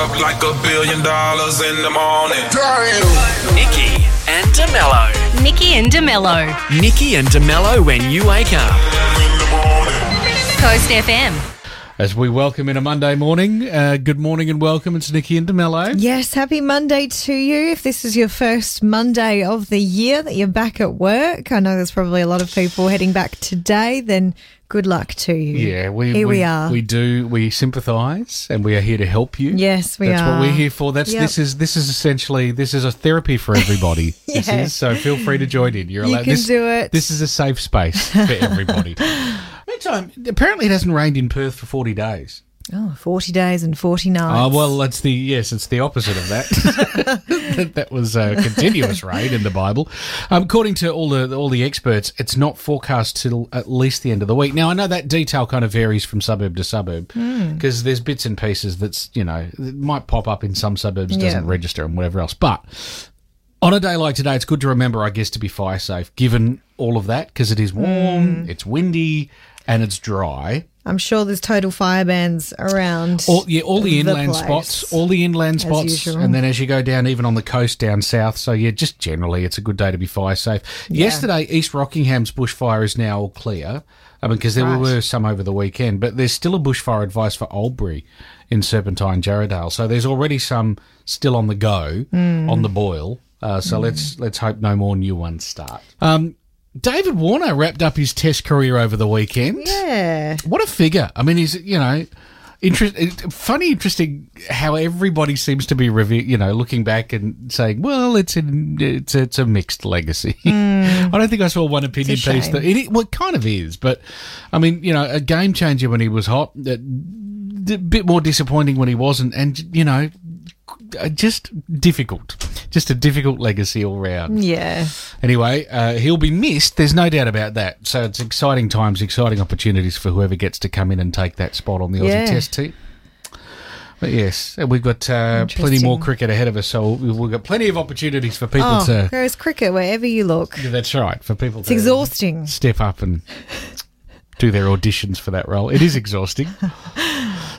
up like a billion dollars in the morning. Nikki and DeMello. Nikki and DeMello. Nikki and DeMello when you wake up. Coast FM. As we welcome in a Monday morning, uh, good morning and welcome. It's Nikki and DeMello. Yes, happy Monday to you. If this is your first Monday of the year that you're back at work, I know there's probably a lot of people heading back today, then good luck to you. Yeah, we, Here we we are. We do. We sympathise, and we are here to help you. Yes, we That's what are. we're here for. That's Yep. this is this is essentially this is a therapy for everybody. This Yeah. is so feel free to join in. You're You allowed. can this, do it. This is a safe space for everybody. Meantime, apparently it hasn't rained in Perth for forty days. Oh, 40 days and 40 Oh nights. well, that's the yes, it's the opposite of that. that, that was a continuous rain in the Bible. Um, according to all the all the experts, it's not forecast till at least the end of the week. Now I know that detail kind of varies from suburb to suburb Hmm. because there's bits and pieces that's you know that might pop up in some suburbs, doesn't Yeah. register and whatever else, but. On a day like today, it's good to remember, I guess, to be fire safe, given all of that, because it is warm, Hmm. it's windy, and it's dry. I'm sure there's total fire bans around. All, yeah, all the inland place. spots, all the inland spots, usual. and then as you go down, even on the coast down south. So yeah, just generally, it's a good day to be fire safe. Yesterday, East Rockingham's bushfire is now all clear. I mean, because there Right. were some over the weekend, but there's still a bushfire advice for Oldbury in Serpentine Jarradale. So there's already some still on the go, Hmm. on the boil. Uh, so let's let's hope no more new ones start. Hmm. Um, David Warner wrapped up his Test career over the weekend. yeah. What a figure! I mean, he's you know, interest, it- funny, interesting how everybody seems to be reve- you know looking back and saying, well, it's a it's it's a mixed legacy. I don't think I saw one opinion Hmm. It's a piece that it, well, it kind of is, but I mean, you know, a game changer when he was hot, a d- bit more disappointing when he wasn't, and you know, uh, just difficult, just a difficult legacy all round. Yeah. Anyway, uh, he'll be missed. There's no doubt about that. So it's exciting times, exciting opportunities for whoever gets to come in and take that spot on the Aussie Yeah. Test team. But yes, and we've got uh, plenty more Interesting. cricket ahead of us, so we've we've got plenty of opportunities for people Oh, to. there is cricket wherever you look. Yeah, That's right, for people It's to exhausting. step up and do their auditions for that role. It is exhausting.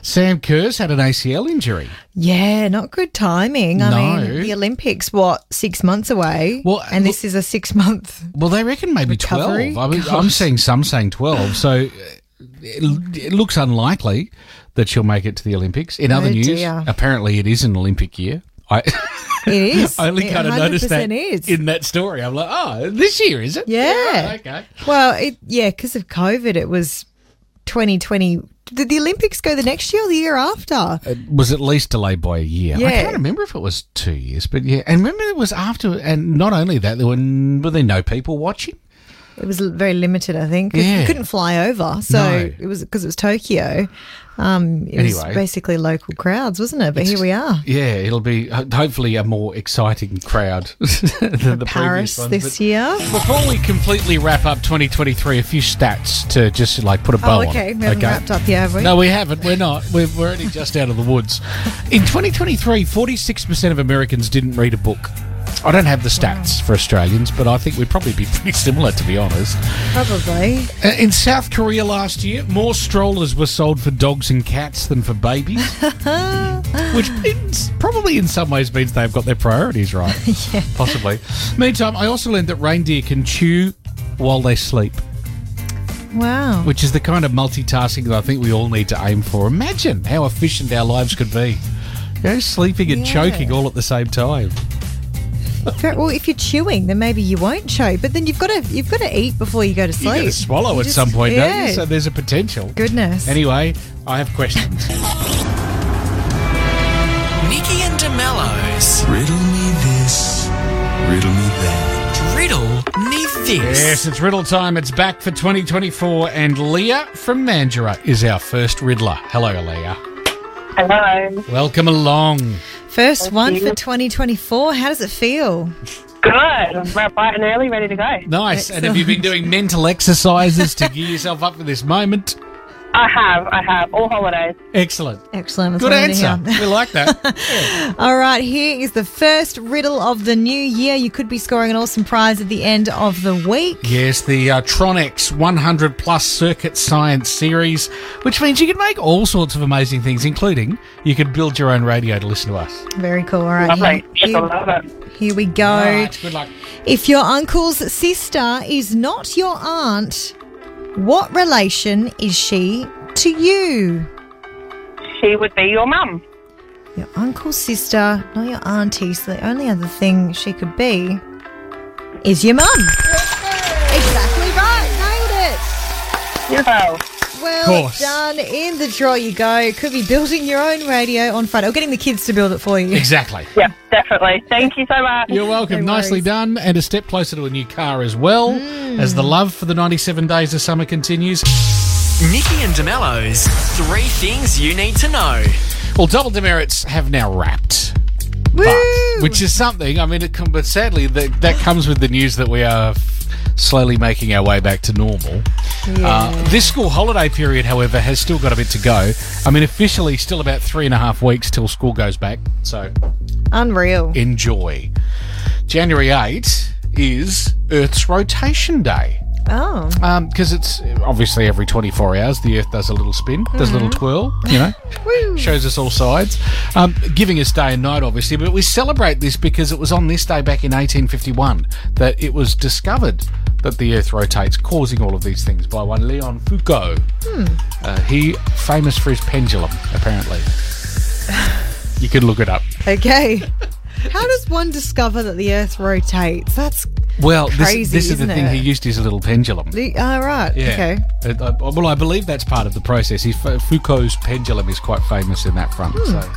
Sam Kerr's had an ACL injury. Yeah, not good timing. No. I mean, the Olympics, what, six months away? Well, and this is a six month. Well, they reckon maybe Recovery? 12. I mean, Gosh. I'm seeing some saying 12. So uh, it, it looks unlikely that she'll make it to the Olympics. In other Oh, news, dear. apparly it is an Olympic year. I, It is. I only It kind of noticed that 100% is. in that story. I'm like, oh, this year, is it? Yeah. right, okay. Well, it, yeah, because of COVID, it was 2020. Did the Olympics go the next year or the year after? It was at least delayed by a year. I Yeah. can't remember if it was two years, but yeah. And remember, it was after, and not only that, there were, were there no people watching? It was l- very limited, I think. 'cause Yeah. You couldn't fly over, so No. it was because it was Tokyo. Um, it Anyway. was basically local crowds, wasn't it? But here we are. Yeah, it'll be ho- hopefully a more exciting crowd than the Paris previous ones, this but- year. Before we completely wrap up 2023, a few stats to just like put a bow oh, okay. on. We haven't wrapped up yet, have we? No, we haven't. We're not. We're, we're only just out of the woods. In 2023, 46% of Americans didn't read a book. I don't have the stats for Australians, but I think we'd probably be pretty similar, to be honest. Probably. Uh, In South Korea last year, more strollers were sold for dogs and cats than for babies, which means, probably in some ways means they've got their priorities right. yeah. Possibly. Meantime, I also learned that reindeer can chew while they sleep, Wow. which is the kind of multitasking that I think we all need to aim for. Imagine how efficient our lives could be. You know, sleeping and Yeah. choking all at the same time. Fair- well, if you're chewing, then maybe you won't chew. But then you've got to you've got to eat before you go to You sleep. got to swallow You at just- some point, don't yeah. you? So there's a potential. Goodness. Anyway, I have questions. Nikki and DeMello's Riddle me this, riddle me that. Riddle Me Yes, This. it's riddle time. It's back for 2024, and Leah from Mandurah is our first riddler. Hello, Leah. Hello. Welcome along. First one you. for 2024. How does it feel? Good. I'm bright bright and early, ready to go. Nice. And have you been doing mental exercises to gear yourself up for this moment? I have, I have. All holidays. Excellent. Excellent. That's Good what I wanted to answer. hear. We like that. All right, here is the first riddle of the new year. You could be scoring an awesome prize at the end of the week. yes, the uh, Tronics 100 plus circuit science series, which means you can make all sorts of amazing things, including you can build your own radio to listen to us. Very cool. All right. Lovely. Here, Yes, I love it. here- here we go. All right, good luck. If your uncle's sister is not your aunt, what relation is she to you? She would be your mum. Your uncle's sister, not your auntie. So the only other thing she could be is your mum. Exactly right. Nailed it. Beautiful. Well course. done. In the draw you go. Could be building your own radio on Friday or getting the kids to build it for you. Exactly. Yeah, definitely. Thank you so much. You're welcome. No Nicely worries. Mm. done. And a step closer to a new car as well as the love for the 97 days of summer continues. Nikki and DeMello's Three Things You Need to Know. Well, double demerits have now wrapped. Woo! But, which is something. I mean, it com- but sadly, that, that comes with the news that we are f- slowly making our way back to normal. Uh, this school holiday period, however, has still got a bit to go. I mean, officially, still about three and a half weeks till school goes back. So Unreal. enjoy. January 8 is Earth's rotation day Oh. because it's obviously every 24 hours the Earth does a little spin, does a little twirl, you know, shows us all sides, um, giving us day and night, obviously. But we celebrate this because it was on this day back in 1851 that it was discovered that the Earth rotates, causing all of these things by one Leon Foucault. Uh, he famous for his pendulum, apparently. You can look it up. Okay. How does one discover that the Earth rotates? That's Well, this, Crazy, this is the isn't thing it? he used his little pendulum. the. Ah, right. Okay. Uh, I- well, I believe that's part of the process. He, Foucault's pendulum is quite famous in that front. So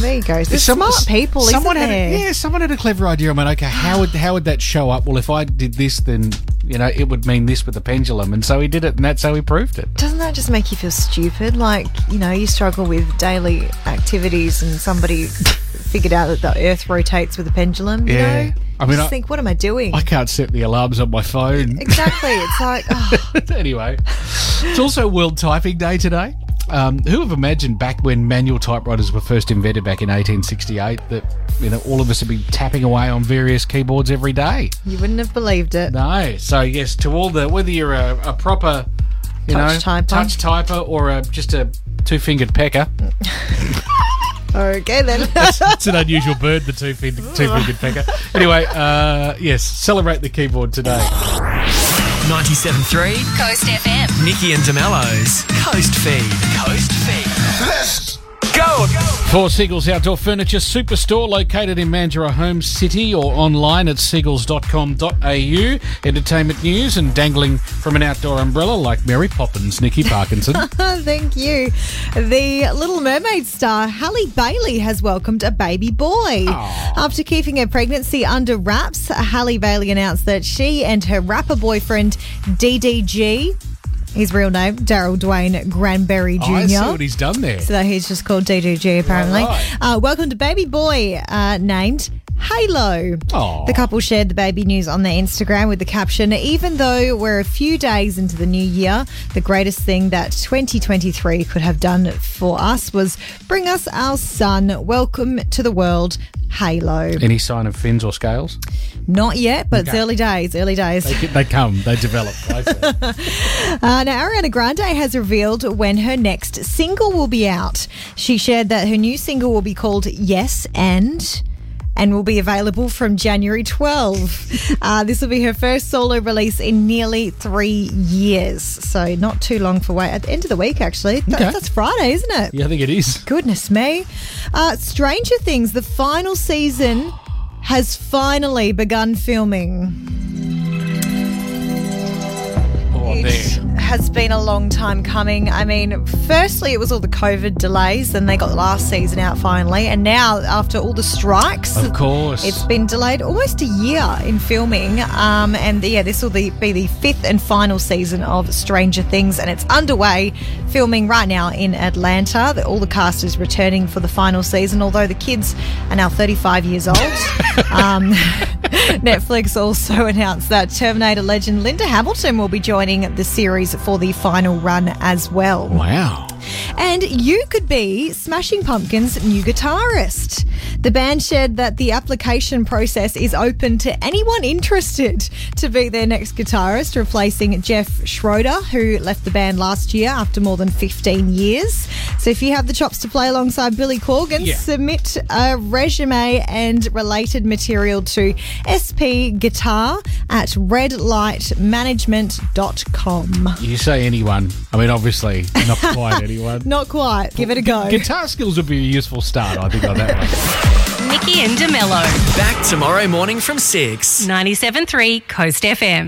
There you go. Hmm. There's smart people, someone isn't had there? A, yeah, someone had a clever idea. I mean, okay, how would how would that show up? Well, if I did this, then you know it would mean this with the pendulum, and so he did it, and that's how he proved it. Doesn't that just make you feel stupid? Like, you know, you struggle with daily activities and somebody figured out that the Earth rotates with a pendulum, you Yeah. know? I mean, just I- think, what am I doing? I can't set the alarms on my phone. exactly. It's like, oh, anyway, it's also World Typing Day today. Um, who have imagined back when manual typewriters were first invented back in 1868 that you know all of us would be tapping away on various keyboards every day? you wouldn't have believed it. No. So yes, to all the whether you're a, a proper, you Touch know, typer. touch typer or a, just a two-fingered pecker. Okay, then. It's an unusual bird, the two-fingered, two-fingered pecker. Anyway, uh, yes, celebrate the keyboard today. 97.3 Coast FM. Nikki and DeMello's Coast Feed. Coast Feed. Let's Go! For Seagulls Outdoor Furniture Superstore, located in Mandurah Home City or online at seagulls.com.au. Entertainment news and dangling from an outdoor umbrella like Mary Poppins, Nikki Parkinson. Thank you. The Little Mermaid star Halle Bailey has welcomed a baby boy. After keeping her pregnancy under wraps, Halle Bailey announced that she and her rapper boyfriend DDG, his real name Daryl Dwayne Granberry Jr. I see what he's done there. So that he's just called DDG apparently. Alright. Uh, welcome to baby boy uh, named Halo. Aw. The couple shared the baby news on their Instagram with the caption Even though we're a few days into the new year, the greatest thing that 2023 could have done for us was bring us our son. Welcome to the world. Halo. Any sign of fins or scales? Not yet, but it's early days, early days. They, they come, they develop. I see. Uh, now, Ariana Grande has revealed when her next single will be out. She shared that her new single will be called Yes and. And will be available from January 12. Uh, this will be her first solo release in nearly three years, so not too long for wait. At the end of the week, actually, That- Okay. that's Friday, isn't it? Yeah, I think it is. Goodness me! Uh, Stranger Things, the final season has finally begun filming. Oh, It has been a long time coming. I mean, firstly, it was all the COVID delays, and they got last season out finally, and now after all the strikes, Of course. it's been delayed almost a year in filming. Um, and yeah, this will be be the fifth and final season of Stranger Things, and it's underway filming right now in Atlanta. The- All the cast is returning for the final season, although the kids are now 35 years old. um, Netflix also announced that Terminator legend Linda Hamilton will be joining winning the series for the final run as well. Wow. And you could be Smashing Pumpkins' new guitarist. The band shared that the application process is open to anyone interested to be their next guitarist, replacing Jeff Schroeder, who left the band last year after more than 15 years. So if you have the chops to play alongside Billy Corgan, Yeah. submit a resume and related material to spguitar at redlightmanagement.com. You say anyone. I mean, obviously, not quite anyone. Not quite. Give it a go. Guitar skills would be a useful start, I think, on that one. Nikki and DeMello. Back tomorrow morning from 6. 97.3 Coast FM.